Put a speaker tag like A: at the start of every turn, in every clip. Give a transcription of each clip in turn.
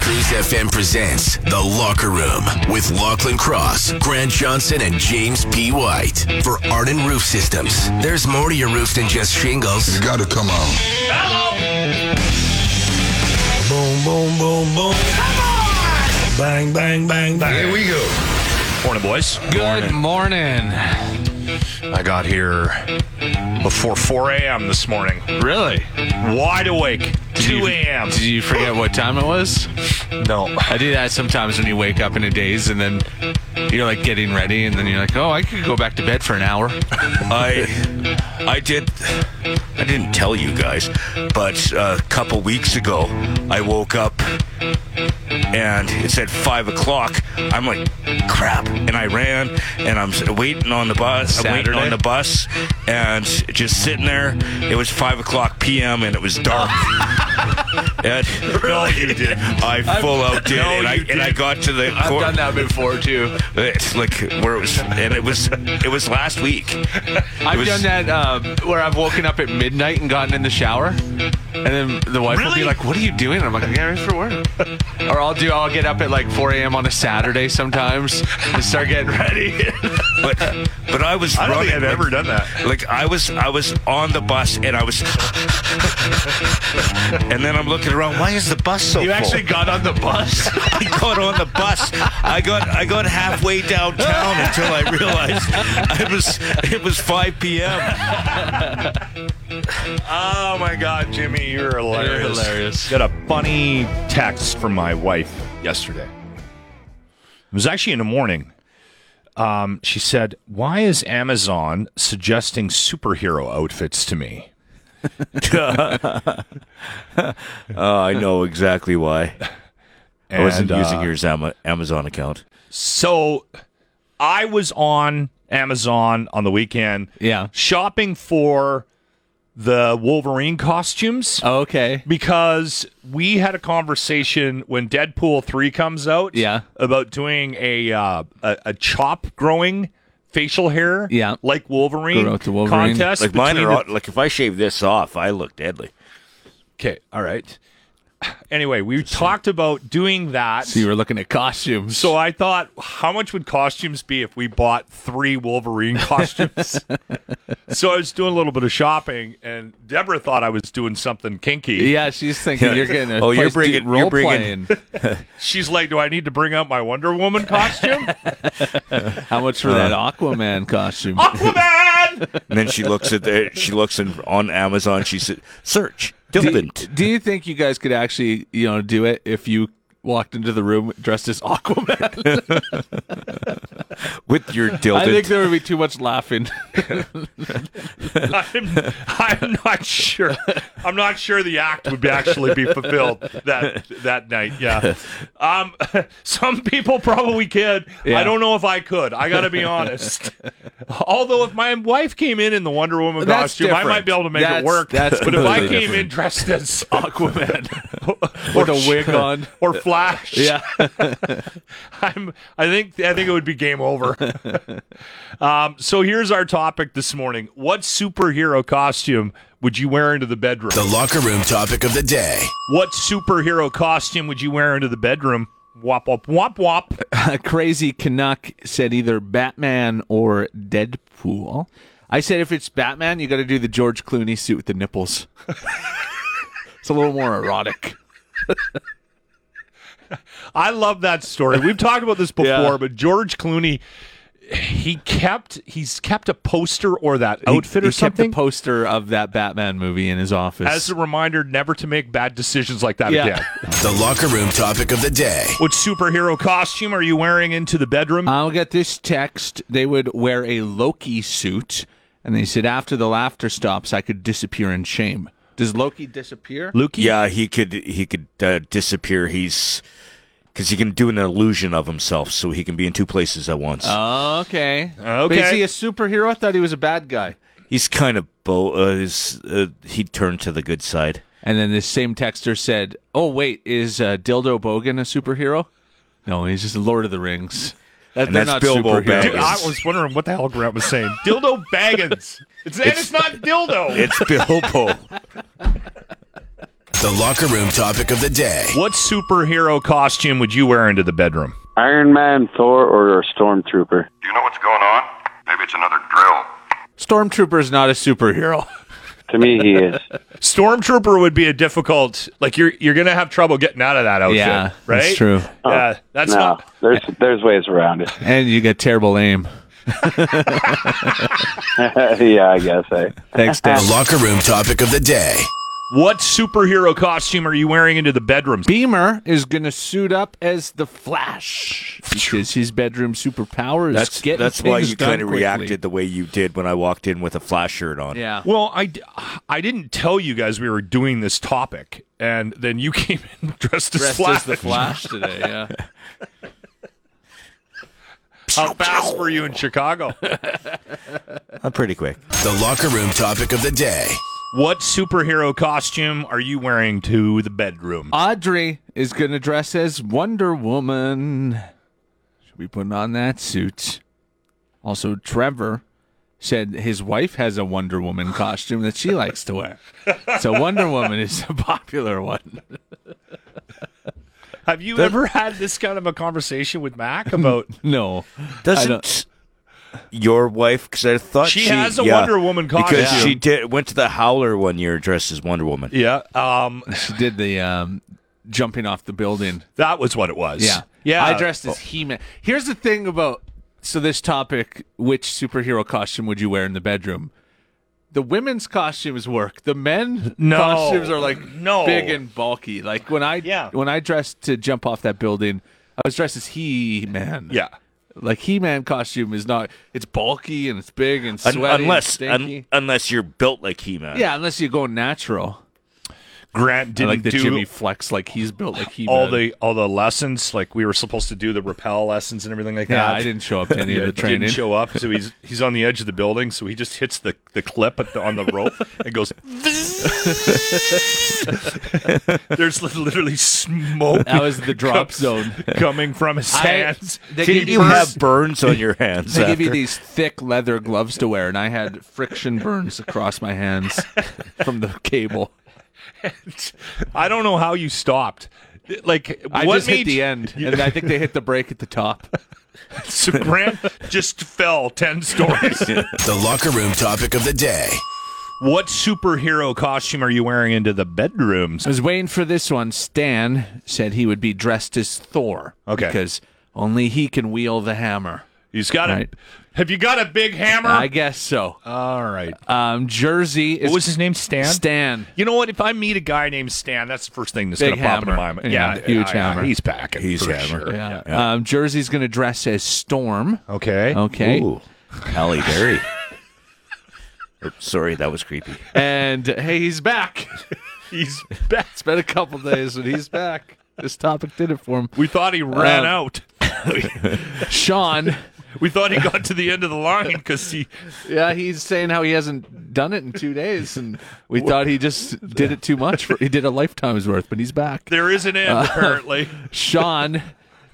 A: Cruise FM presents The Locker Room with Lachlan Cross, Grant Johnson, and James P. White. For Arden Roof Systems, there's more to your roof than just shingles.
B: You gotta come on.
C: Boom, boom, boom, boom. Bang, bang, bang, bang.
B: Here we go.
C: Morning, boys.
D: Good morning.
C: I got here before 4 a.m. this morning.
D: Really?
C: Wide awake. 2 a.m.
D: Did you forget what time it was?
C: No.
D: I do that sometimes when you wake up in a daze and then you're like getting ready and then you're like, oh, I could go back to bed for an hour.
E: I I did I didn't tell you guys, but a couple weeks ago I woke up and it said five o'clock. I'm like, crap, and I ran and I'm s- waiting on the bus. I'm waiting
D: Saturday?
E: on the bus and just sitting there. It was five o'clock p.m. and it was dark. And, no, you did. I full out did, and, I, and I got to the.
D: I've
E: cor-
D: done that before too.
E: It's like where it was, and it was, it was last week.
D: I've
E: was-
D: done that uh, where I've woken up at midnight and gotten in the shower. And then the wife will be
E: Really?
D: like, "What are you doing?" I'm like, "I'm getting ready for work." or I'll do. I'll get up at like 4 a.m. on a Saturday sometimes and start getting ready.
E: but but I was
C: I don't
E: running.
C: think I've
E: like,
C: ever done that.
E: Like I was I was on the bus and I was, and then I'm looking around. Why is the bus so?
C: You
E: full?
C: actually got on the bus?
E: I got on the bus. I got I got halfway downtown until I realized it was it was 5 p.m.
C: Oh my God, Jimmy, you're hilarious.
D: You're hilarious.
F: Got a funny text from my wife yesterday. It was actually in the morning. Um, she said, Why is Amazon suggesting superhero outfits to me?
E: Oh, I know exactly why.
F: And, uh,
E: your Amazon account.
F: So I was on Amazon on the weekend.
D: Yeah.
F: Shopping for the Wolverine costumes.
D: Oh, okay.
F: because we had a conversation when Deadpool three comes out.
D: Yeah.
F: about doing a uh, a, a chop growing facial hair.
D: Yeah.
F: like Wolverine,
D: Grow out the Wolverine.
F: contest.
E: Like mine
F: between
E: are
F: the-
E: all- like if I shave this off, I look deadly.
F: okay. All right. Anyway, we talked about doing that.
D: So you were looking at costumes.
F: So I thought, how much would costumes be if we bought three Wolverine costumes? so I was doing a little bit of shopping, and Deborah thought I was doing something kinky.
D: yeah, she's thinking you're getting a
E: Oh, you're
D: place to
E: bringing-
D: role
E: you're bringing-
D: playing.
F: She's like, "Do I need to bring out my Wonder Woman costume?"
D: How much for that Aquaman costume?
F: Aquaman.
E: And then she looks at the, she looks in, on Amazon. She said, "Search dilbent."
D: Do you think you guys could actually, you know, do it if you walked into the room dressed as Aquaman?
E: with your dilbent.
D: I think there would be too much laughing.
F: I'm, I'm not sure. I'm not sure the act would be actually be fulfilled that that night. Yeah. Um, some people probably could.
D: Yeah.
F: I don't know if I could. I got to be honest. Although if my wife came in in the Wonder Woman
D: That's
F: costume, I might be able to make
D: different.
F: it work.
D: That's- that's
F: but if I came
D: completely
F: in
D: different.
F: dressed as Aquaman
D: With a wig on.
F: or Flash,
D: Yeah.
F: I'm, I think I think it would be game over. um, so here's our topic this morning: What superhero costume would you wear into the bedroom?
A: The Locker Room topic of the day.
F: What superhero costume would you wear into the bedroom? Wop wop wop wop.
D: A crazy Canuck said either Batman or Deadpool. I said if it's Batman, you got to do the George Clooney suit with the nipples. it's a little more erotic.
F: I love that story. We've talked about this before,
D: Yeah.
F: but George Clooney, he kept he's kept a poster or that outfit
D: he,
F: or
D: he
F: something.
D: kept a poster of that Batman movie in his office.
F: as a reminder, never to make bad decisions like that
D: Yeah.
F: again.
A: The Locker Room topic of the day.
F: What superhero costume are you wearing into the bedroom?
D: I'll get this text. They would wear a Loki suit, and they said after the laughter stops, I could disappear in shame.
G: Does Loki disappear?
F: Lukey?
E: Yeah, he could he could uh, disappear. He's because he can do an illusion of himself, so he can be in two places at once.
G: Uh, Okay. But
F: Okay.
G: is he a superhero? I thought he was a bad guy.
E: he's kind of bo- uh, he's, uh, he turned to the good side.
G: And then this same texter said, "Oh wait, is uh, Dildo Bogan a superhero? No, he's just Lord of the Rings. That,
E: And
G: they're
E: that's
G: not
E: Bilbo
G: superheroes.
F: Dude, I
E: Baggins.
F: was wondering what the hell Grant was saying. Dildo Baggins. It's, and it's not dildo.
E: It's Bilbo.
A: The locker room topic of the day.
F: what superhero costume would you wear into the bedroom?
H: Iron Man, Thor, or a stormtrooper?
I: Do you know what's going on? Maybe it's another drill.
G: Stormtrooper is not a superhero.
H: To me, he is.
F: Stormtrooper would be a difficult. Like you're you're gonna have trouble getting out of that outfit.
G: Yeah,
F: right.
G: that's true.
F: Yeah, that's
H: No,
F: not.
H: there's there's ways around it.
G: And you get terrible aim.
H: yeah, I guess. I,
G: Thanks, Dan.
A: The locker room topic of the day.
F: What superhero costume are you wearing into the bedroom?
G: Beamer is going to suit up as the Flash because his bedroom superpower is
E: That's
G: getting
E: that's why
G: things
E: you
G: done
E: kind of
G: quickly.
E: reacted the way you did when I walked in with a flash shirt on.
G: Yeah.
F: Well, I, d- I didn't tell you guys we were doing this topic, and then you came in dressed as
G: Dressed
F: Flash.
G: as the Flash today. Yeah.
F: How fast were you in Chicago?
E: I'm Uh, pretty quick.
A: The locker room topic of the day.
F: what superhero costume are you wearing to the bedroom?
G: Audrey is going to dress as Wonder Woman. Should be putting on that suit. Also, Trevor said his wife has a Wonder Woman costume that she likes to wear. So Wonder Woman is a popular one.
F: Have you ever had this kind of a conversation with Mac about?
G: No.
E: Doesn't your wife? Because I thought
F: She
E: she,
F: has a
E: yeah,
F: Wonder Woman
E: because
F: costume.
E: she did went to the Howler one year dressed as Wonder Woman.
F: yeah, um,
G: She did the um, jumping off the building.
F: that was what it was.
G: Yeah.
F: yeah. Oh,
G: I dressed as He Man. Here's the thing about so this topic which superhero costume would you wear in the bedroom? The women's costumes work. The men
F: No.
G: costumes are like
F: No.
G: big and bulky. Like when I
F: Yeah.
G: when I dressed to jump off that building, I was dressed as He Man.
F: Yeah.
G: Like He Man costume is not it's bulky and it's big and
E: Un-
G: sweaty. and
E: unless
G: stinky.
E: un- unless you're built like He-Man.
G: yeah, unless you go natural.
F: Grant
G: I
F: didn't
G: like the
F: do
G: Jimmy Flex like he's built like He Man.
F: all the all the lessons. Like we were supposed to do the rappel lessons and everything like
G: Yeah,
F: that.
G: I didn't show up to any of
F: Yeah,
G: the training.
F: Didn't show up, so he's he's on the edge of the building. So he just hits the, the clip at the, on the rope and goes. There's li- literally smoke
G: that was the drop zone.
F: coming from his
G: I-
F: hands.
G: they
E: Did
G: give
E: you
G: you-
E: have burns on your hands?
G: They give you
E: after?
G: these thick leather gloves to wear, and I had friction burns across my hands from the cable.
F: I don't know how you stopped. Like
G: I
F: what
G: just hit
F: made
G: the end, and I think they hit the brake at the top.
F: so Grant just fell ten stories.
A: The locker room topic of the day.
F: what superhero costume are you wearing into the bedrooms?
G: I was waiting for this one. Stan said he would be dressed as Thor.
F: Okay.
G: Because only he can wield the hammer.
F: He's got
G: Right.
F: a. Have you got a big hammer?
G: I guess so.
F: All right.
G: Um, Jersey is
F: What was his name? Stan.
G: Stan.
F: You know what? If I meet a guy named Stan, that's the first thing that's
G: Big
F: going to pop into
G: hammer.
F: my mind.
G: Yeah, huge hammer.
F: He's packing.
E: He's
F: for
E: hammer.
F: sure.
G: Yeah. Um, Jersey's going to dress as Storm.
F: Okay.
G: Okay.
E: Ooh, Halle Berry. Oops, sorry, that was creepy.
G: And hey, he's back.
F: He's.
G: It's been a couple days, and he's back. This topic did it for him.
F: We thought he ran
G: Um,
F: out.
G: Sean,
F: We thought he got to the end of the line because he.
G: yeah, he's saying how he hasn't done it in two days, and we thought he just did it too much. For, he did a lifetime's worth, but he's back.
F: There is an
G: Uh,
F: end apparently.
G: Sean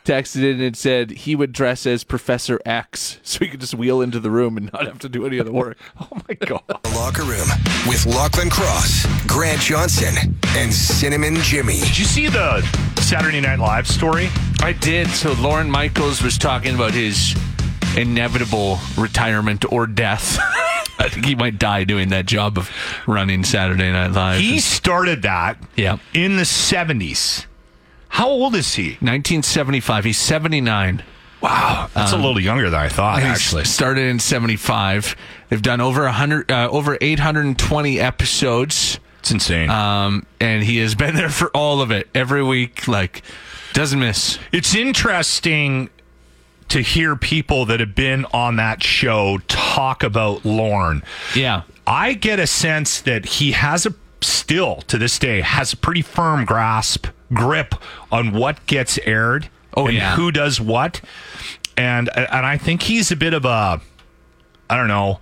G: texted in and said he would dress as Professor X, so he could just wheel into the room and not have to do any other work.
F: Oh my god.
A: The locker room with Lachlan Cross, Grant Johnson, and Cinnamon Jimmy.
F: Did you see the Saturday Night Live story?
G: I did. So Lauren Michaels was talking about his inevitable retirement or death. I think he might die doing that job of running Saturday Night Live.
F: He started that.
G: Yeah.
F: In the seventies. How old is he?
G: 1975. He's 79.
F: Wow, that's a little younger than I thought. Actually,
G: He started in 75. They've done over 100, uh, over 820 episodes,
F: it's insane.
G: um, and he has been there for all of it. Every week, like doesn't miss.
F: It's interesting to hear people that have been on that show talk about Lorne.
G: Yeah,
F: I get a sense that he has a s- still to this day has a pretty firm grasp grip on what gets aired
D: Oh,
F: and
D: yeah.
F: who does what. And and I think he's a bit of a I don't know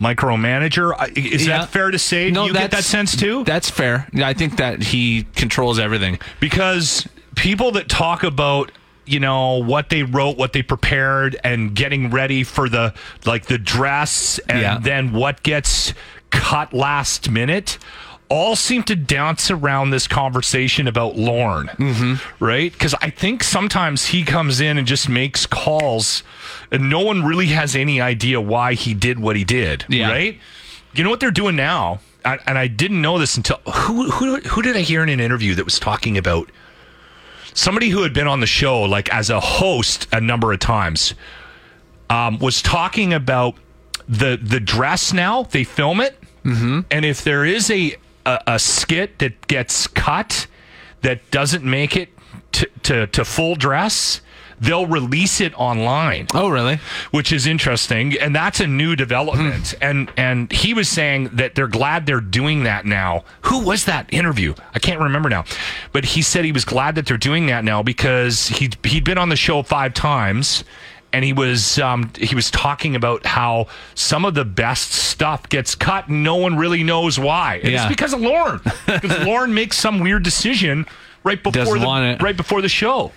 F: micromanager. I- Is
D: Yeah.
F: that fair to say? Do you get that
D: that's-
F: sense too?
D: That's fair. Yeah, I think that he controls everything.
F: because people that talk about you know what they wrote what they prepared and getting ready for the like the dress and
D: Yeah.
F: then what gets cut last minute all seem to dance around this conversation about Lorne, mm-hmm. right? Because I think sometimes he comes in and just makes calls, and no one really has any idea why he did what he did,
D: Yeah.
F: right? You know what they're doing now, I, and I didn't know this until who who who did I hear in an interview that was talking about somebody who had been on the show like as a host a number of times um, was talking about the the dress. Now they film it, and if there is a, a a skit that gets cut that doesn't make it to to, to full dress, they'll release it online
D: Oh, really?
F: which is interesting and that's a new development
D: Hmm.
F: and and he was saying that they're glad they're doing that now who was that interview i can't remember now but he said he was glad that they're doing that now because he he'd been on the show 5 times and he was um, he was talking about how some of the best stuff gets cut and no one really knows why And
D: Yeah.
F: it's because of Lauren because Lauren makes some weird decision right before
D: Doesn't
F: the
D: want it.
F: right before the show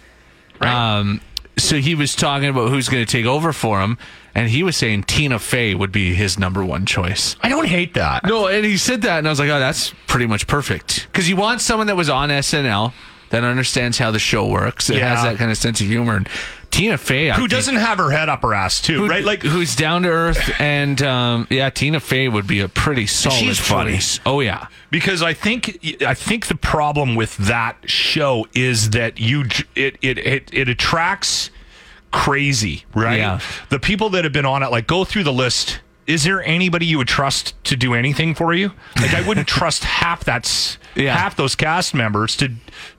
D: Um, so he was talking about who's going to take over for him, and he was saying Tina Fey would be his number one choice.
F: I don't hate that
D: No, and he said that, and I was like, oh, that's pretty much perfect. Because you want someone that was on SNL that understands how the show works, that has
F: Yeah.
D: that kind of sense of humor. And Tina Fey, I
F: who
D: think,
F: doesn't have her head up her ass too
D: who-
F: right like
D: who's down to earth, and um, yeah, Tina Fey would be a pretty solid.
F: She's funny.
D: choice. Oh yeah,
F: because I think I think the problem with that show is that you j- it it it, it attracts crazy, right?
D: Yeah.
F: The people that have been on it, like go through the list. Is there anybody you would trust to do anything for you? Like I wouldn't trust half that's
D: Yeah.
F: half those cast members to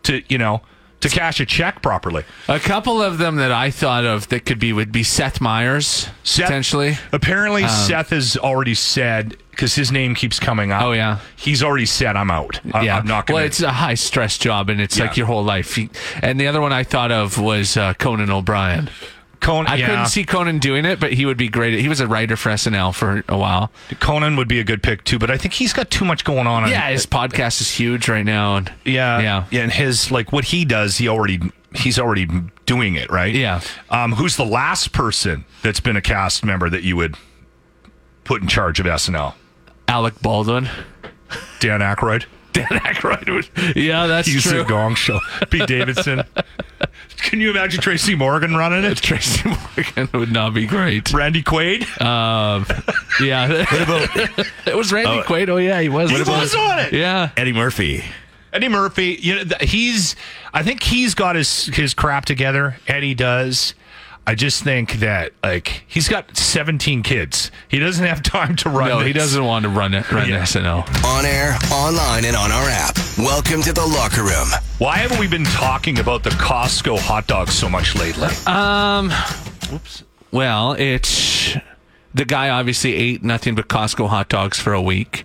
F: to you know to cash a check properly.
D: a couple of them that I thought of that could be would be Seth Uh, Meyers
F: Seth-
D: potentially. Um,
F: Apparently, Seth has already said because his name keeps coming up.
D: Oh, yeah.
F: he's already said I'm out. I,
D: yeah,
F: I'm not going.
D: Well,
F: to
D: it's a high stress job, and it's
F: Yeah.
D: like your whole life. He- And the other one I thought of was uh, Conan O'Brien.
F: Conan,
D: I
F: yeah.
D: couldn't see Conan doing it, but he would be great. at- He was a writer for SNL for a while.
F: Conan would be a good pick too, but I think he's got too much going on.
D: Yeah, his podcast is huge right now, and
F: yeah,
D: yeah,
F: yeah. And his like what he does, he already he's already doing it, right?
D: Yeah.
F: Um, who's the last person that's been a cast member that you would put in charge of SNL?
D: Alec Baldwin.
F: Dan Aykroyd. Dan Aykroyd would.
D: Yeah, that's
F: He's
D: true.
F: the Gong Show. Pete Davidson. Can you imagine Tracy Morgan running it?
D: Tracy Morgan would not be great.
F: Randy Quaid.
D: Yeah, it was Randy Quaid. Oh yeah, he was.
F: he was on it.
D: Yeah,
E: Eddie Murphy.
F: Eddie Murphy, you know, th- he's. I think he's got his his crap together. Eddie does. I just think that like he's got 17 kids. He doesn't have time to run.
D: no, he
F: this.
D: doesn't want to run it. Run
F: Yeah.
D: SNL.
A: On air, online, and on our app. Welcome to the locker room.
F: Why haven't we been talking about the Costco hot dogs so much lately?
D: Well, it's the guy obviously ate nothing but Costco hot dogs for a week.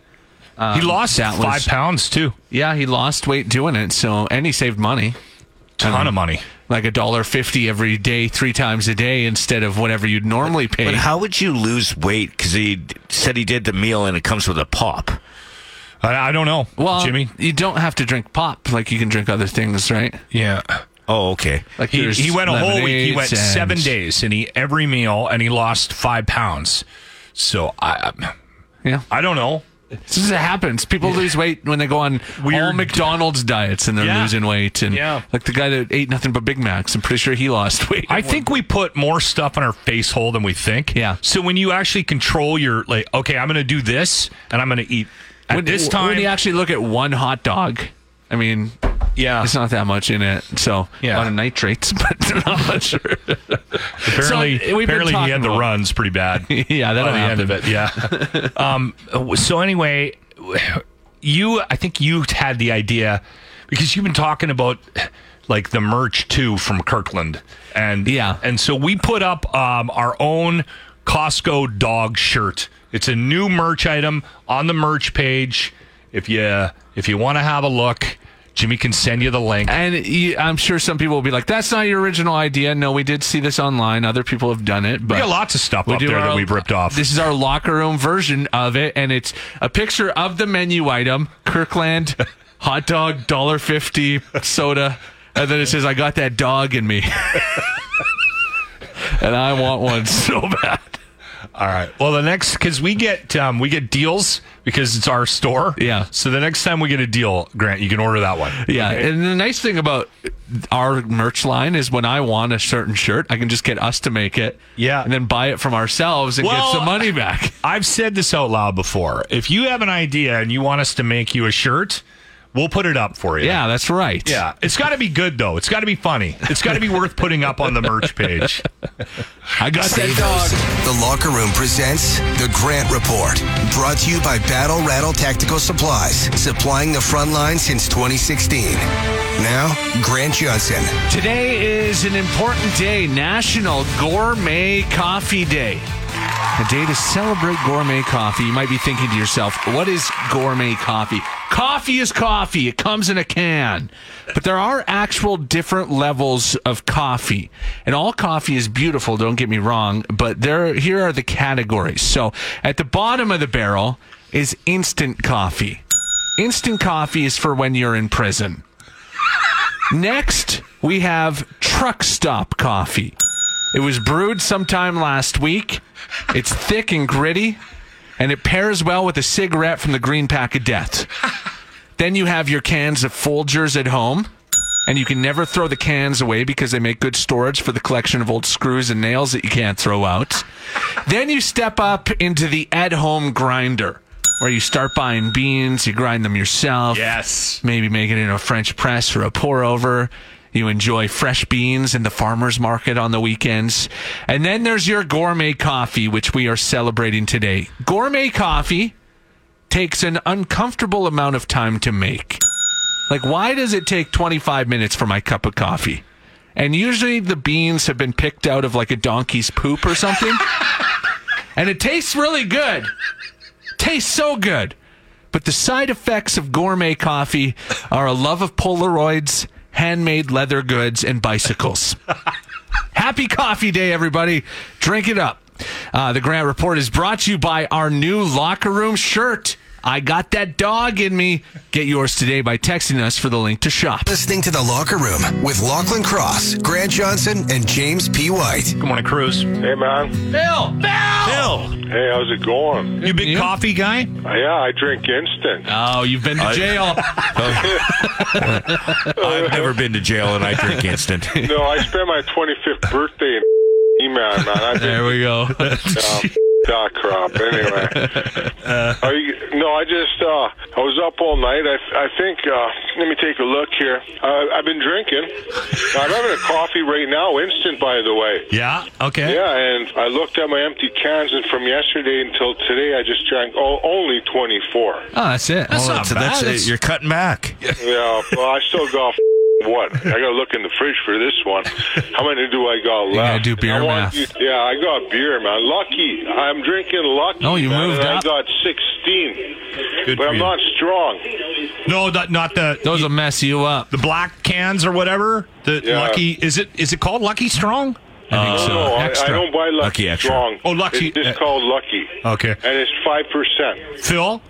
F: he lost
D: Um, that
F: five
D: was-
F: pounds too.
D: Yeah, he lost weight doing it. So, and he saved money.
F: Ton of money.
D: like a dollar fifty every day, three times a day, instead of whatever you'd normally pay.
E: But how would you lose weight? Because he d- said he did the meal and it comes with a pop.
F: I, I don't know.
D: well,
F: Jimmy.
D: you don't have to drink pop. Like you can drink other things, right?
F: Yeah.
E: Oh, okay.
D: Like
F: He,
D: there's
F: he went a whole week. He
D: lemonades
F: went
D: and-
F: seven days and he every meal and he lost five pounds. So I,
D: Yeah,
F: I don't know.
D: this is it happens. People lose weight when they go on all
F: Weird.
D: McDonald's diets and they're
F: Yeah.
D: losing weight. And
F: Yeah.
D: like the guy that ate nothing but Big Macs, I'm pretty sure he lost weight.
F: I think we put more stuff on our face hole than we think.
D: Yeah.
F: So when you actually control your like, okay, I'm going to do this and I'm going to eat at
D: when,
F: this time.
D: when you actually look at one hot dog, I mean,
F: yeah.
D: it's not that much in it. So a
F: Yeah.
D: lot of nitrates, but not much.
F: Apparently,
D: So, we've been
F: apparently he
D: talking
F: had the
D: about-
F: runs pretty bad. by
D: yeah, that'll
F: the end
D: happen.
F: of it. Yeah. um. So anyway, you, I think you had the idea because you've been talking about like the merch too from Kirkland, and
D: Yeah.
F: and so we put up um our own Costco dog shirt. It's a new merch item on the merch page. If you if you want to have a look, Jimmy can send you the link.
D: And you, I'm sure some people will be like, "That's not your original idea." No, we did see this online. Other people have done it, but
F: We got lots of stuff up
D: do
F: there that
D: our-
F: we've ripped off.
D: This is our locker room version of it, and it's a picture of the menu item: Kirkland hot dog, dollar fifty, soda, and then it says, "I got that dog in me," and I want one so bad.
F: All right. Well, the next because we get um, we get deals because it's our store.
D: Yeah.
F: So the next time we get a deal, Grant, you can order that one.
D: Yeah, and the nice thing about our merch line is when I want a certain shirt, I can just get us to make it.
F: Yeah.
D: and then buy it from ourselves and
F: Well,
D: get some money back.
F: I've said this out loud before. If you have an idea and you want us to make you a shirt, we'll put it up for you.
D: Yeah, that's right.
F: Yeah. It's got to be good though. It's got to be funny. It's got to be worth putting up on the merch page.
D: I got that dog.
A: The Locker Room presents The Grant Report, brought to you by Battle Rattle Tactical Supplies, supplying the front line since 2016. Now, Grant Johnson.
D: Today is an important day, National Gourmet Coffee Day. A day to celebrate gourmet coffee. You might be thinking to yourself, what is gourmet coffee? Coffee is coffee. It comes in a can. But there are actual different levels of coffee. And all coffee is beautiful, don't get me wrong, but there here are the categories. So, at the bottom of the barrel is instant coffee. Instant coffee is for when you're in prison. Next, we have Truck Stop Coffee. It was brewed sometime last week. It's thick and gritty, and it pairs well with a cigarette from the green pack of death. Then you have your cans of Folgers at home, and you can never throw the cans away because they make good storage for the collection of old screws and nails that you can't throw out. Then you step up into the at home grinder, where you start buying beans, you grind them yourself
F: yes.
D: maybe make it in a French press or a pour over. You enjoy fresh beans in the farmer's market on the weekends. And then there's your gourmet coffee, which we are celebrating today. Gourmet coffee takes an uncomfortable amount of time to make. Like, why does it take 25 minutes for my cup of coffee? And usually the beans have been picked out of like a donkey's poop or something. and it tastes really good. Tastes so good. But the side effects of gourmet coffee are a love of Polaroids, handmade leather goods, and bicycles. Happy Coffee Day, everybody. Drink it up. Uh, the Grant Report is brought to you by our new locker room shirt. I got that dog in me. Get yours today by texting us for the link to shop.
A: Listening to The Locker Room with Lachlan Cross, Grant Johnson, and James P. White.
F: Good morning, Cruz.
G: Hey, man.
D: Bill! Bill!
F: Bill,
G: Hey, how's it going?
F: you big
D: You?
F: coffee guy?
G: Yeah, I drink instant.
D: Oh, you've been to jail.
E: I've never been to jail and I drink instant.
G: No, I spent my 25th birthday in E-Man, man. I've been
D: there we go.
G: um, dot crop. Anyway, Are you, no, I just uh, I was up all night. I, I think uh, let me take a look here. Uh, I've been drinking. I'm having a coffee right now, instant, by the way.
F: Yeah. Okay.
G: Yeah, and I looked at my empty cans, and from yesterday until today, I just drank oh, only 24.
D: Oh, that's it.
F: That's not
E: so that's
F: bad.
E: it. You're cutting back.
G: Yeah, well, I still got what? I gotta look in the fridge for this one. How many do I got left?
D: gotta do
G: And
D: beer
G: I want
D: math.
G: you- yeah, I got beer, man. Lucky, I'm drinking lucky.
D: Oh, you
G: man,
D: moved
G: and I
D: up.
G: got 16,
F: Good
G: but
F: for
G: I'm
F: you.
G: not strong.
F: no, not, not the
D: Those will mess you up.
F: the black cans or whatever. The
G: Yeah.
F: lucky is it is it called Lucky Strong?
D: I think
G: no, no, Oh, I, I
D: Oh, Extra.
G: don't buy lucky,
E: Lucky Extra.
G: strong.
F: Oh, Lucky-
G: It's just
F: uh,
G: called lucky.
F: Okay.
G: And it's five percent.
F: Phil,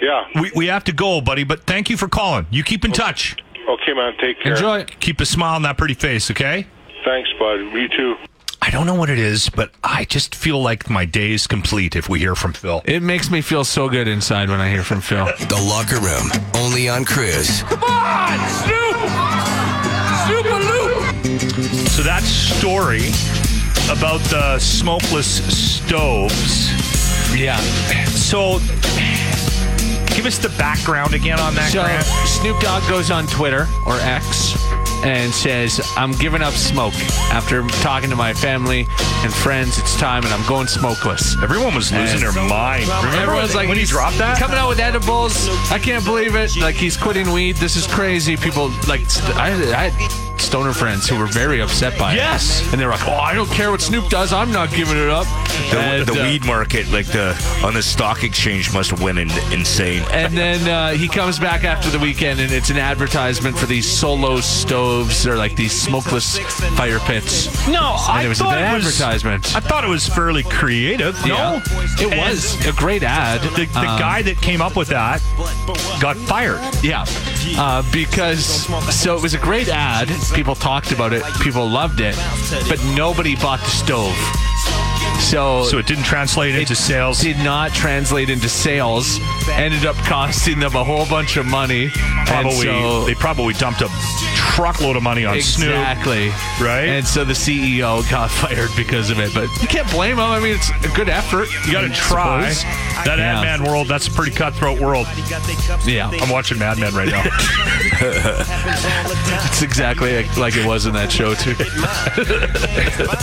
G: Yeah.
F: we, we have to go, buddy, but thank you for calling. You keep in touch.
G: Okay, man. Take care.
D: Enjoy. it.
F: Keep a smile on that pretty face, okay?
G: Thanks, bud. You too.
F: I don't know what it is, but I just feel like my day is complete if we hear from Phil.
D: It makes me feel so good inside when I hear from Phil.
A: The Locker Room, only on Cruise.
F: So that story about the smokeless stoves.
D: Yeah.
F: So give us the background again on that,
D: So
F: Grant.
D: Snoop Dogg goes on Twitter or X and says, "I'm giving up smoke. After talking to my family and friends, it's time, and I'm going smokeless."
F: Everyone was losing their mind. Remember
D: Everyone's like,
F: when he
D: he's
F: dropped that?
D: coming out with edibles. I can't believe it. Like he's quitting weed. This is crazy. People like, st- I, I stoner friends who were very upset by
F: Yes.
D: it. And they were like, oh, I don't care what Snoop does. I'm not giving it up.
E: The,
D: and,
E: the
D: uh,
E: weed market, like the on the stock exchange, must have went in, insane.
D: And then uh, he comes back after the weekend, and it's an advertisement for these solo stoves or like these smokeless fire pits.
F: No,
D: And
F: I
D: it was
F: thought
D: an
F: it was,
D: advertisement.
F: I thought it was fairly creative.
D: Yeah.
F: No,
D: it
F: And
D: was a great ad.
F: The, the
D: Um,
F: guy that came up with that got fired.
D: Yeah, uh, because so it was a great ad. People talked about it. People loved it, but nobody bought the stove. So,
F: So it didn't translate into sales.
D: did not translate into sales. Ended up costing them a whole bunch of money. And
F: probably
D: so-
F: they probably dumped a truckload of money on Snoop.
D: exactly
F: right?
D: And so the CEO got fired because of it. But you can't blame him. I mean, it's a good effort.
F: You got to
D: I
F: try
D: suppose.
F: that
D: Yeah.
F: Ant Man world. That's a pretty cutthroat world.
D: Yeah,
F: I'm watching Mad Men right now.
D: it's exactly like, like it was in that show too.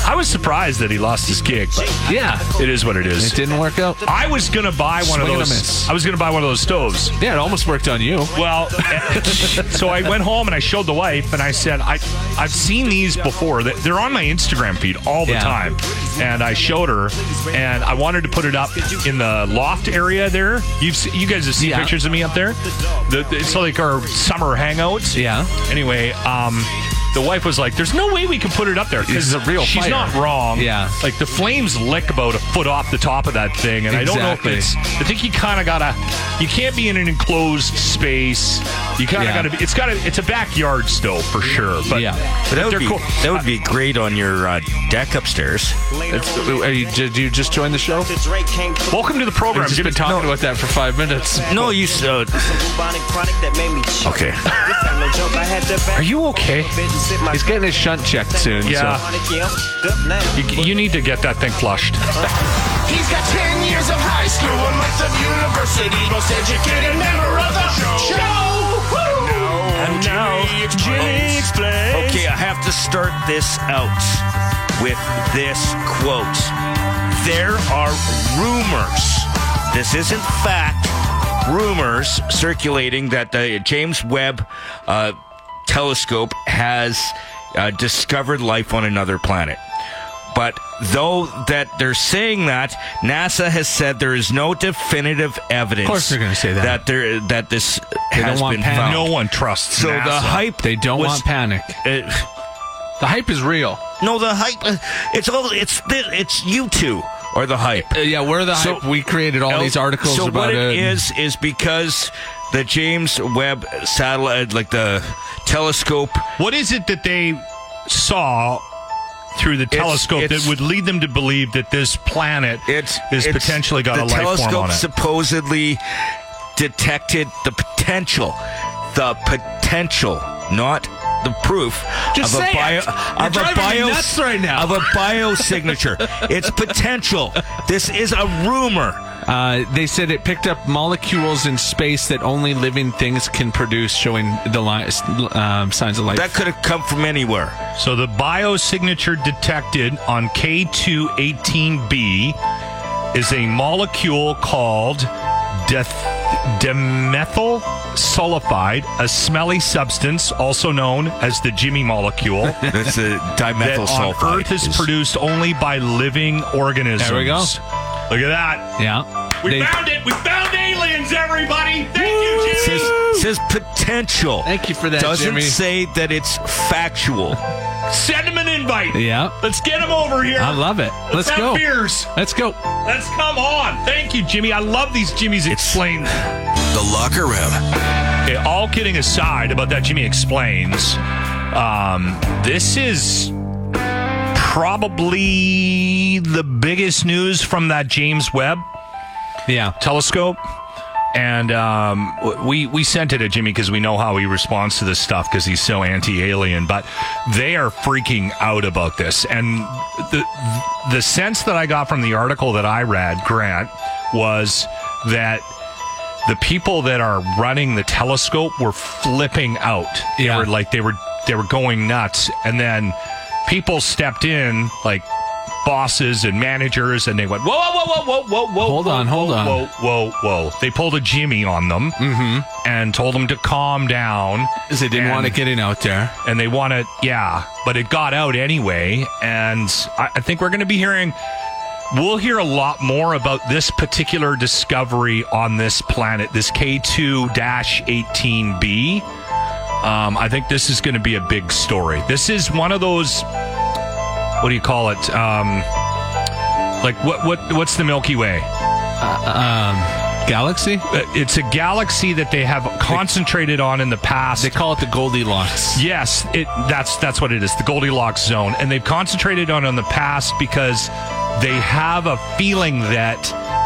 F: I was surprised that he lost his gig, but
D: Yeah,
F: it is what it
D: it
F: is.
D: didn't work out.
F: I was gonna buy one
D: Swing
F: of
D: and a
F: those.
D: miss.
F: I was gonna buy one of those stoves.
D: Yeah, it almost worked on you.
F: Well, so I went home and I showed the wife and I said, I, I've seen these before. They- They're on my Instagram feed all the
D: Yeah.
F: time. And I showed her and I wanted to put it up in the loft area there. You've se- You guys have seen
D: Yeah.
F: pictures of me up there. The, the- it's like our summer hangout.
D: Yeah.
F: Anyway, um, the wife was like, "There's no way we can put it up there
D: This is a real
F: she's
D: fire.
F: not wrong.
D: Yeah.
F: like the flames lick about a foot off the top of that thing, and I don't know if
D: Exactly.
F: it's I think you kind of gotta. You can't be in an enclosed space. You kind of
D: Yeah.
F: gotta. Be, it's gotta. It's a backyard still for sure. But
D: Yeah.
E: But that would
F: they're
E: be
F: cool.
E: that would be great on your uh, deck upstairs.
D: It's, are you, did you just join the show?
F: Welcome to the program.
D: I've just
F: Give
D: been
F: it-
D: talking about that for five minutes.
E: No, you. s- Uh, okay.
F: Are you okay?
D: He's getting his shunt checked soon.
F: Yeah.
D: So.
F: You, you need to get that thing flushed.
A: He's got 10 years of high school, one month of university, most educated member of the show.
E: And now, Jimmy Okay, I have to start this out with this quote. There are rumors. This isn't fact. Rumors circulating that the James Webb uh, telescope has uh, discovered life on another planet. But though that they're saying that, NASA has said there is no definitive evidence.
D: course they're gonna say that.
E: That there that this
D: They
E: has
D: don't want
E: been
D: panic.
E: found.
F: No one trusts.
E: So the
F: NASA.
E: hype
D: They don't
E: was-
D: want panic.
E: Uh,
D: The hype is real.
E: no, the hype. uh, It's all. It's thi- it's you two are the hype.
D: Uh, yeah, we're the
E: So-
D: hype. We created all these articles
E: so
D: about
E: what
D: it.
E: it is is because the James Webb satellite, like the telescope,
F: What is it that they saw through the telescope
E: it's-
F: that would lead them to believe that this planet
E: it's
F: is
E: it's-
F: potentially got
E: the
F: a life
E: telescope
F: form on it?
E: supposedly detected the potential, the potential, not the proof
D: Just
E: of a
D: say
E: bio
D: it. You're
E: of a
D: driving me
E: bio
D: nuts right now.
E: of a biosignature. it's potential. This is a rumor.
D: Uh, they said it picked up molecules in space that only living things can produce, showing the li- s- um, signs of life.
E: That could have come from anywhere.
F: So the biosignature detected on K218b is a molecule called deth- dimethyl sulfide, a smelly substance also known as the Jimmy molecule.
E: That's a
F: that
E: dimethyl
F: on
E: sulfide.
F: Earth is produced only by living organisms.
D: There we go.
F: Look at that.
D: yeah.
F: We
D: They-
F: found it. We found aliens, everybody. Thank you, Jimmy.
E: Says, says potential.
D: Thank you for that,
E: Doesn't
D: Jimmy.
E: say that it's factual.
F: Send him an invite.
D: yeah.
F: Let's get him over here.
D: I love it. Let's
F: have
D: go.
F: beers.
D: Let's go.
F: Let's come on. Thank you, Jimmy. I love these Jimmy's explain.
A: The Locker Room.
F: Okay, all kidding aside about that Jimmy explains, um, this is probably the biggest news from that James Webb
D: Yeah.
F: telescope. And um, w- we we sent it to Jimmy because we know how he responds to this stuff because he's so anti-alien. But they are freaking out about this, and the the sense that I got from the article that I read, Grant, was that the people that are running the telescope were flipping out. They
D: Yeah.
F: were like they were they were going nuts, and then people stepped in like bosses and managers, and they went, whoa, whoa, whoa, whoa, whoa, whoa, whoa.
D: Hold on,
F: whoa,
D: hold on.
F: Whoa, whoa, whoa. They pulled a Jimmy on them and told them to calm down.
D: Because they didn't
F: And-
D: want it getting out there.
F: and they want to, yeah, but it got out anyway. And I, I think we're going to be hearing, we'll hear a lot more about this particular discovery on this planet, this K2 18B. Um, I think this is going to be a big story. This is one of those, what do you call it? Um, like what what what's the Milky Way?
D: Um, Galaxy?
F: Uh, It's a galaxy that they have concentrated on in the past.
D: They call it the Goldilocks.
F: Yes, it that's that's what it is, the Goldilocks zone. And they've concentrated on it in the past because they have a feeling that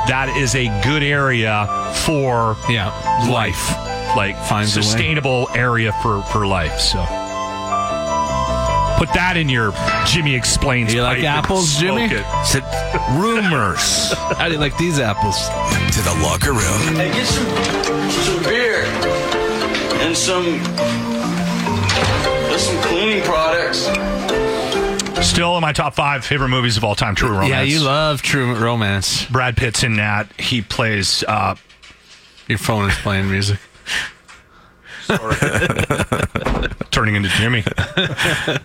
F: that is a good area for
D: Yeah.
F: life. Like
D: Finds a way.
F: sustainable area for for life. So Put that in your Jimmy explains.
D: You like
F: pipe and
D: apples,
F: smoke
D: Jimmy?
F: it.
E: Said rumors
D: How do you like these apples?
A: to the locker room.
J: Hey, get some some beer and some some cleaning products.
F: Still in my top five favorite movies of all time. True Romance.
D: Yeah, you love True Romance.
F: Brad Pitt's in that. He plays uh,
D: Your phone is playing music.
F: turning into Jimmy.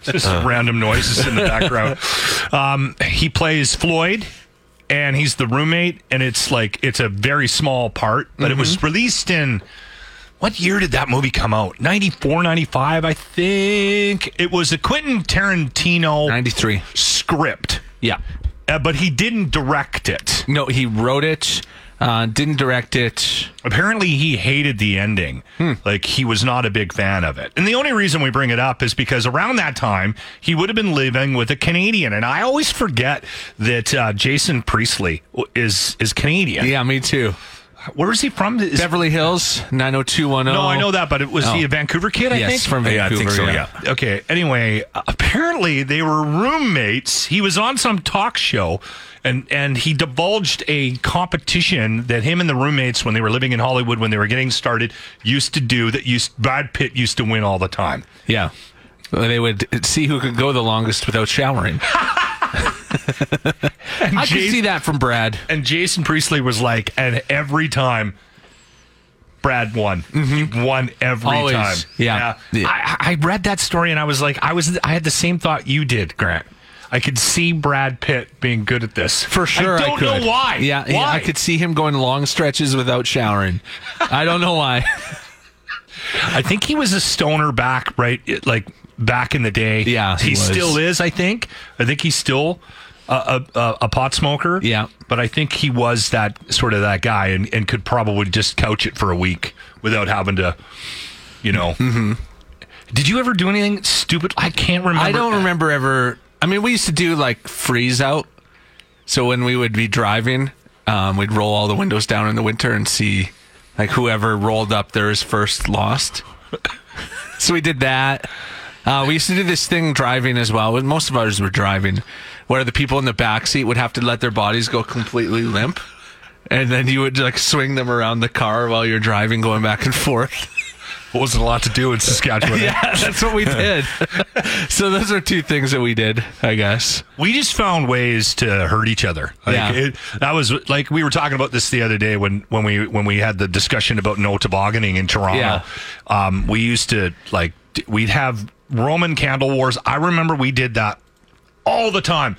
F: Just random noises in the background. Um, he plays Floyd, and he's the roommate, and it's like it's a very small part, but it was released in. What year did that movie come out? 94, 95, I think. It was a Quentin Tarantino
D: 93.
F: script,
D: Yeah.
F: uh, but he didn't direct it.
D: No, he wrote it, uh, didn't direct it.
F: apparently he hated the ending
D: Hmm.
F: like he was not a big fan of it and the only reason we bring it up is because around that time he would have been living with a canadian and i always forget that uh, jason priestley w- is is canadian
D: Yeah, me too.
F: where is he from is,
D: Beverly Hills, 90210.
F: no i know that but it was
D: Oh.
F: he a vancouver kid i
D: Yes,
F: think
D: from
F: yeah, I think
D: Vancouver,
F: so,
D: yeah.
F: yeah. okay anyway uh, apparently they were roommates he was on some talk show and, and he divulged a competition that him and the roommates when they were living in Hollywood when they were getting started used to do that used Brad Pitt used to win all the time.
D: Yeah. They would see who could go the longest without showering. I could
F: Jason-
D: see that from Brad.
F: And Jason Priestley was like, and every time Brad won, he won every
D: Mm-hmm. Always.
F: time.
D: Yeah. Yeah.
F: I, I read that story and I was like, I was, I had the same thought you did, Grant. I could see Brad Pitt being good at this
D: For sure,
F: I don't
D: could.
F: know why.
D: Yeah,
F: why?
D: yeah, I could see him going long stretches without showering. I don't know why.
F: I think he was a stoner back, right? it- Like back in the day.
D: Yeah,
F: he,
D: he was.
F: still is. I think. I think he's still a, a, a, a pot smoker.
D: Yeah.
F: but I think he was that sort of that guy, and, and could probably just couch it for a week without having to, you know. Did you ever do anything stupid? I can't remember.
D: Mm-hmm. I don't remember ever. I mean, we used to do like freeze out. So when we would be driving, um, we'd roll all the windows down in the winter and see like whoever rolled up theirs first lost. so we did that. Uh, we used to do this thing driving as well. When most of ours were driving, where the people in the back seat would have to let their bodies go completely limp, and then you would like swing them around the car while you're driving, going back and forth.
F: Wasn't a lot to do in Saskatchewan.
D: Yeah, that's what we did. so those are two things that we did, I guess.
F: We just found ways to hurt each other. Like,
D: Yeah.
F: it, that was like we were talking about this the other day when, when we when we had the discussion about no tobogganing in Toronto.
D: Yeah.
F: Um, we used to like d- we'd have Roman candle wars. I remember we did that all the time.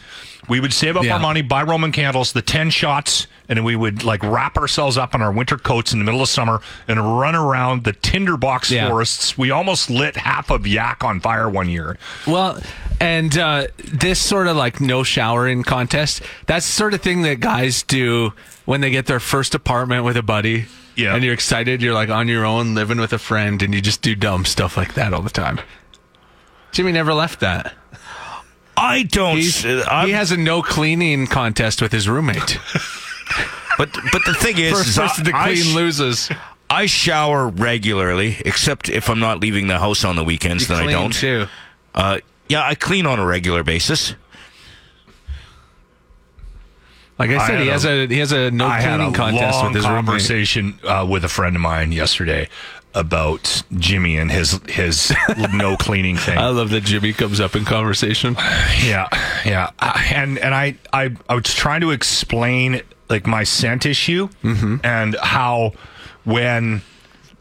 F: We would save up
D: Yeah.
F: our money, buy Roman candles, the ten shots, and then we would like wrap ourselves up in our winter coats in the middle of summer and run around the tinderbox
D: Yeah.
F: forests. We almost lit half of Yak on fire one year.
D: Well, and uh, this sort of like no showering contest, that's the sort of thing that guys do when they get their first apartment with a buddy.
F: Yeah.
D: And you're excited. You're like on your own, living with a friend, and you just do dumb stuff like that all the time. Jimmy never left that.
E: I don't. uh,
D: He's,
E: I'm-
D: he has a no cleaning contest with his roommate.
E: but but the thing is,
D: First
E: is I-
D: person to
E: I
D: clean
E: sh-
D: loses.
E: I shower regularly, except if I'm not leaving the house on the weekends, then I
D: Clean,
E: don't.
D: Too.
E: Uh, yeah, I clean on a regular basis.
D: Like I said,
F: had
D: he
F: a-
D: has a he has a no
F: I had
D: cleaning
F: a
D: contest
F: long
D: with his roommate.
F: conversation uh, with a friend of mine yesterday about Jimmy and his his no cleaning thing.
K: I love that Jimmy comes up in conversation.
F: Yeah, yeah, I- and and I I, I was trying to explain like my scent issue
K: Mm-hmm.
F: and how when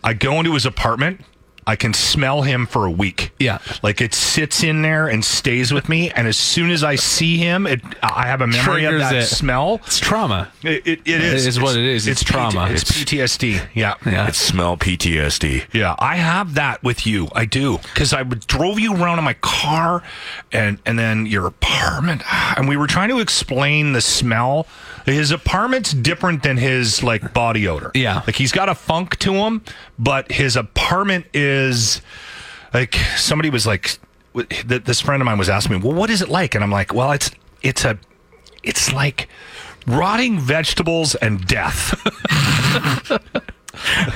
F: I go into his apartment, I can smell him for a week.
K: Yeah.
F: like it sits in there and stays with me, and as soon as I see him, it I have a memory
K: Triggers
F: of that
K: it.
F: smell.
K: It's trauma.
F: It, it, it is.
K: It is what it is. It's
F: PT
K: trauma.
F: it's,
K: It's-
F: PTSD. Yeah.
K: Yeah.
E: It's smell PTSD.
F: Yeah, I have that with you. I do because I would- drove you around in my car, and and then your apartment, and we were trying to explain the smell. His apartment's different than his like body odor.
K: Yeah.
F: like he's got a funk to him, but his apartment is like somebody was like w- th- this friend of mine was asking me, well, what is it like? And I'm like, well, it's it's a it's like rotting vegetables and death.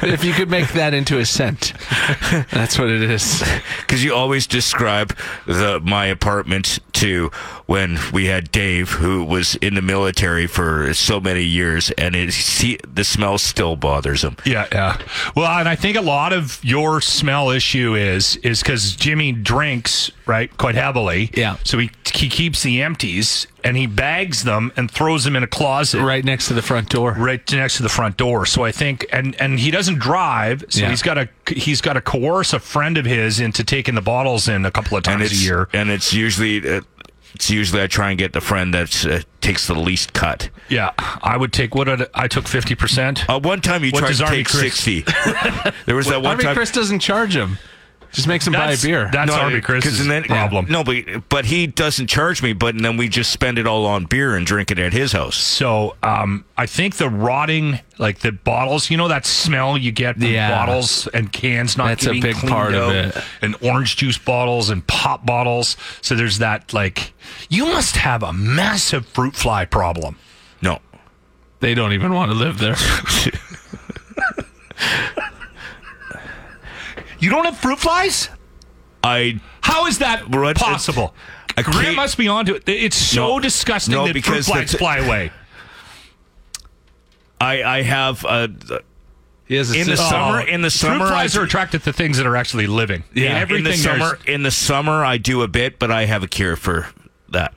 D: if you could make that into a scent, that's what it is.
E: Because you always describe the my apartment to when we had Dave, who was in the military for so many years, and it he, the smell still bothers him.
F: Yeah, yeah. Well, and I think a lot of your smell issue is is because Jimmy drinks right quite heavily.
D: Yeah.
F: So he he keeps the empties and he bags them and throws them in a closet
D: Right next to the front door.
F: right next to the front door. So I think and and he doesn't drive, so
D: Yeah.
F: he's got to he's got to coerce a friend of his into taking the bottles in a couple of
E: and
F: times
E: it's
F: a year.
E: and it's usually uh, it's usually I try and get the friend that uh, takes the least cut.
F: Yeah, I would take what did I I took fifty percent.
E: Uh, one time you
F: What
E: tried
F: does
E: to
F: Army
E: take
F: Chris-
E: sixty. there was that
D: I
E: one
D: mean,
E: time.
D: Chris doesn't charge him. Just makes him buy a
F: That's-
D: beer.
F: that's
E: No,
F: Army
E: 'cause
F: Chris's
E: and then-
F: problem.
E: No, but but he doesn't charge me. But and then we just spend it all on beer and drink it at his house.
F: So um, I think the rotting, like the bottles, you know that smell you get from
D: Yeah.
F: bottles and cans not
D: That's a
F: getting
D: big
F: cleaned
D: part of
F: out,
D: it.
F: and orange juice bottles and pop bottles. So there's that like you must have a massive fruit fly problem.
E: No,
K: They don't even want to live there.
F: You don't have fruit flies?
E: I
F: How is that
E: What-
F: possible?
E: I
F: Grant
E: can't-
F: must be onto it. It's so
E: No.
F: disgusting
E: No,
F: that fruit
E: because
F: flies
E: that's-
F: fly away.
E: I I have uh,
K: He has a
E: In the
K: system.
E: summer- in the summer,
F: fruit
E: I
F: flies
E: do-
F: are attracted to things that are actually living.
K: Yeah,
F: In
K: in the
F: everything
E: in the
F: there's-
E: summer in the summer I do a bit, but I have a cure for that.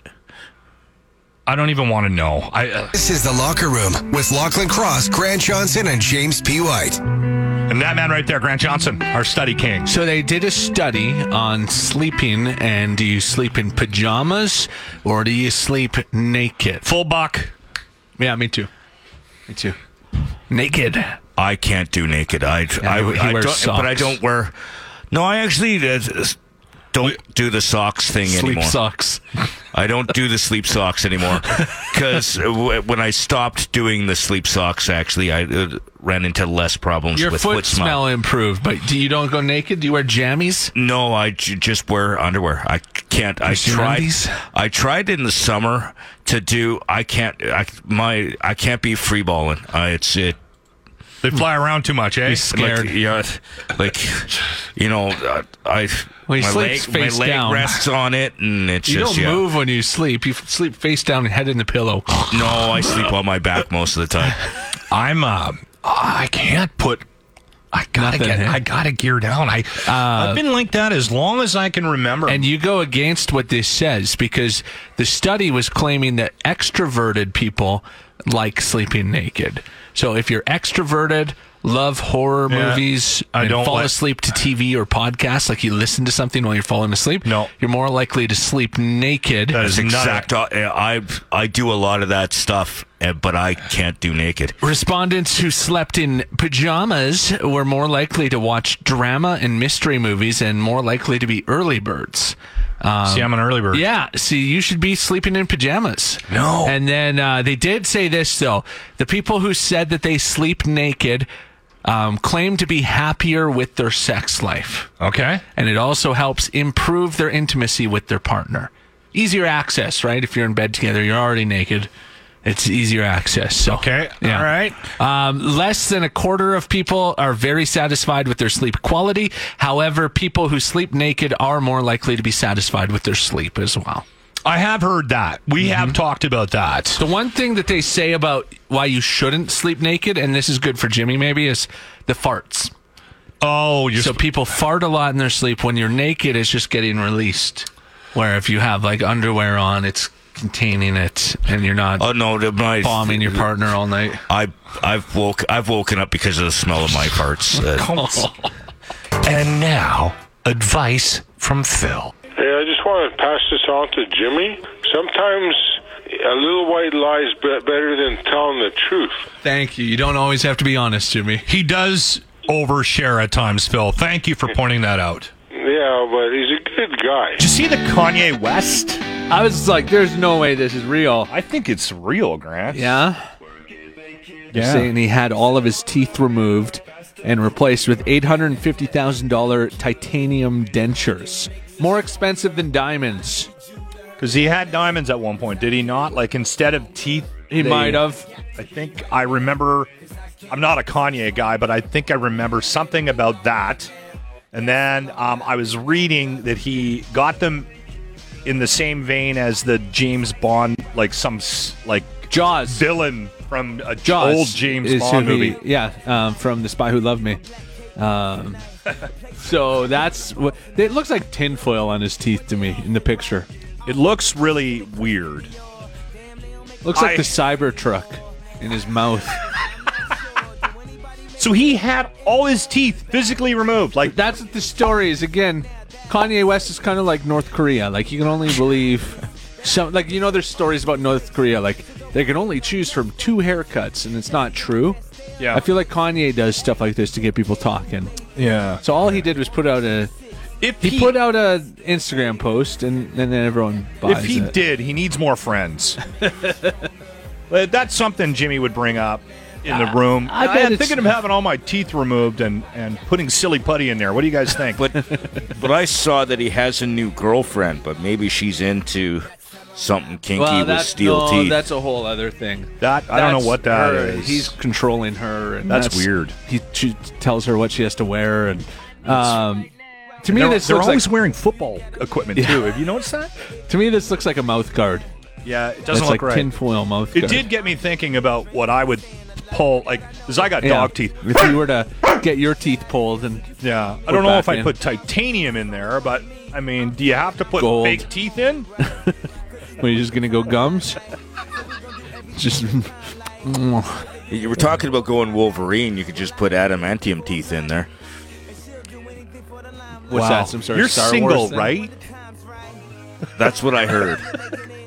F: I don't even want to know. I. Uh,
L: This is the locker room with Lachlan Cross, Grant Johnson, and James P. White.
F: And that man right there, Grant Johnson, our study king.
D: So they did a study on sleeping, and do you sleep in pajamas or do you sleep naked?
F: Full buck.
D: Yeah, me too. Me too. Naked.
E: I can't do naked. I I,
D: he- he
E: I
D: wears
E: don't, but I
D: socks.
E: don't wear. No, I actually uh, don't do the socks thing
D: Sleep
E: anymore.
D: socks.
E: I don't do the sleep socks anymore because w- when I stopped doing the sleep socks, actually, I uh, ran into less problems
D: Your
E: with
D: foot smell
E: smell.
D: improved, but do you don't go naked? Do you wear jammies?
E: No, I j- just wear underwear. I c- can't. I
D: Just your
E: tried.
D: undies?
E: I tried in the summer to do. I can't. I my. I can't be free balling. I, it's it.
F: They fly around too much, eh?
D: He's scared.
E: Like, yeah, like you know, uh, I
D: Well, he
E: my leg,
D: sleeps
E: my
D: face
E: leg
D: down.
E: rests on it, and it's
D: You
E: just
D: don't
E: yeah.
D: move when you sleep. You f- sleep face down and head in the pillow.
E: No, I sleep on my back most of the time.
F: I'm. Uh, I can't put. I gotta
D: Nothing,
F: get.
D: huh?
F: I gotta gear down. I. I've been like that as long as I can remember.
D: And you go against what this says because the study was claiming that extroverted people like sleeping naked. So if you're extroverted, love horror
F: Yeah.
D: movies,
F: I
D: and
F: don't
D: fall
F: like-
D: asleep to TV or podcasts, like you listen to something while you're falling asleep,
F: No.
D: you're more likely to sleep naked.
F: That
E: It's
F: is not
E: exact. uh, I I do a lot of that stuff, uh, but I can't do naked.
D: Respondents who slept in pajamas were more likely to watch drama and mystery movies and more likely to be early birds.
F: See, I'm an early bird.
D: Yeah, see, you should be sleeping in pajamas.
F: No.
D: And then uh, they did say this, though. The people who said that they sleep naked um, claim to be happier with their sex life.
F: Okay.
D: And it also helps improve their intimacy with their partner. Easier access, right? If you're in bed together, you're already naked. It's easier access. So,
F: Okay. All right.
D: um, less than a quarter of people are very satisfied with their sleep quality. However, people who sleep naked are more likely to be satisfied with their sleep as well.
F: I have heard that. We have talked about that.
D: The one thing that they say about why you shouldn't sleep naked, and this is good for Jimmy maybe, is the farts.
F: Oh,
K: so people fart a lot in their sleep. When you're naked, it's just getting released. Where if you have like underwear on, it's containing it, and you're not.
E: Oh no, the- my
K: bombing your partner all night.
E: I I've woke I've woken up because of the smell of my farts. Uh, and now advice from Phil.
G: Hey, I just want to pass this on to Jimmy. Sometimes a little white lie is be- better than telling the truth.
K: Thank you. You don't always have to be honest, Jimmy.
F: He does overshare at times, Phil. Thank you for pointing that out.
G: Yeah, but he's a good guy.
F: Did you see the Kanye West?
D: I was like, there's no way this is real.
F: I think it's real, Grant.
D: Yeah? They're
F: Yeah.
D: saying he had all of his teeth removed and replaced with $850,000 titanium dentures. More expensive than diamonds.
F: Because he had diamonds at one point, did he not? Like instead of teeth,
D: He
F: they-
D: might have.
F: I think I remember. I'm not a Kanye guy, but I think I remember something about that. And then um, I was reading that he got them in the same vein as the James Bond, like some s- like
D: Jaws
F: villain from a
D: Jaws
F: old James
D: is
F: Bond
D: who he-
F: movie.
D: yeah, um, from The Spy Who Loved Me. Um, so that's what it looks like tinfoil on his teeth to me in the picture.
F: It looks really weird.
D: Looks like
F: I-
D: the cyber truck in his mouth.
F: So he had all his teeth physically removed. Like
D: that's what the story is. Again, Kanye West is kind of like North Korea. Like you can only believe some. Like you know, there's stories about North Korea. Like they can only choose from two haircuts, and it's not true.
F: Yeah.
D: I feel like Kanye does stuff like this to get people talking.
F: Yeah.
D: So all he did was put out a.
F: If
D: he, put out a Instagram post, and, and then everyone buys
F: If he
D: it.
F: did, he needs more friends. But that's something Jimmy would bring up in the room.
D: Uh, I
F: I,
D: bet
F: am
D: it's-
F: thinking of having all my teeth removed and, and putting silly putty in there. What do you guys think?
E: But but I saw that he has a new girlfriend, but maybe she's into something kinky
D: well,
E: with
D: that's,
E: steel
D: no,
E: teeth.
D: that's a whole other thing.
F: That- I don't know what that
D: that is.
F: is.
D: He's controlling her, and
F: That's weird.
D: He she tells her what she has to wear, and um, to me
F: they're,
D: this
F: they're
D: looks
F: always
D: like
F: wearing football equipment too.
D: Yeah.
F: Have you noticed that?
D: to me this looks like a mouth guard.
F: Yeah, it
D: That's
F: doesn't look
D: like
F: right.
D: tinfoil mouth
F: It
D: guard.
F: did get me thinking about what I would pull. Like, because I got
D: Yeah.
F: dog teeth.
D: If you were to get your teeth pulled, and
F: Yeah, I
D: Put
F: don't know
D: back
F: if I
D: in.
F: put titanium in there, but I mean, do you have to put
D: Gold.
F: fake teeth in?
D: are you just gonna go gums? just
E: You were talking about going Wolverine. You could just put adamantium teeth in there.
D: what's that? Some sort
F: You're
D: of Star
F: single,
D: Wars thing?
F: right?
E: That's what I heard.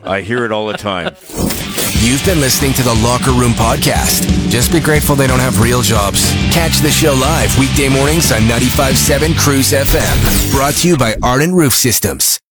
E: I hear it all the time.
L: You've been listening to the Locker Room Podcast. Just be grateful they don't have real jobs. Catch the show live weekday mornings on 95.7 Cruise FM. Brought to you by Arden Roof Systems.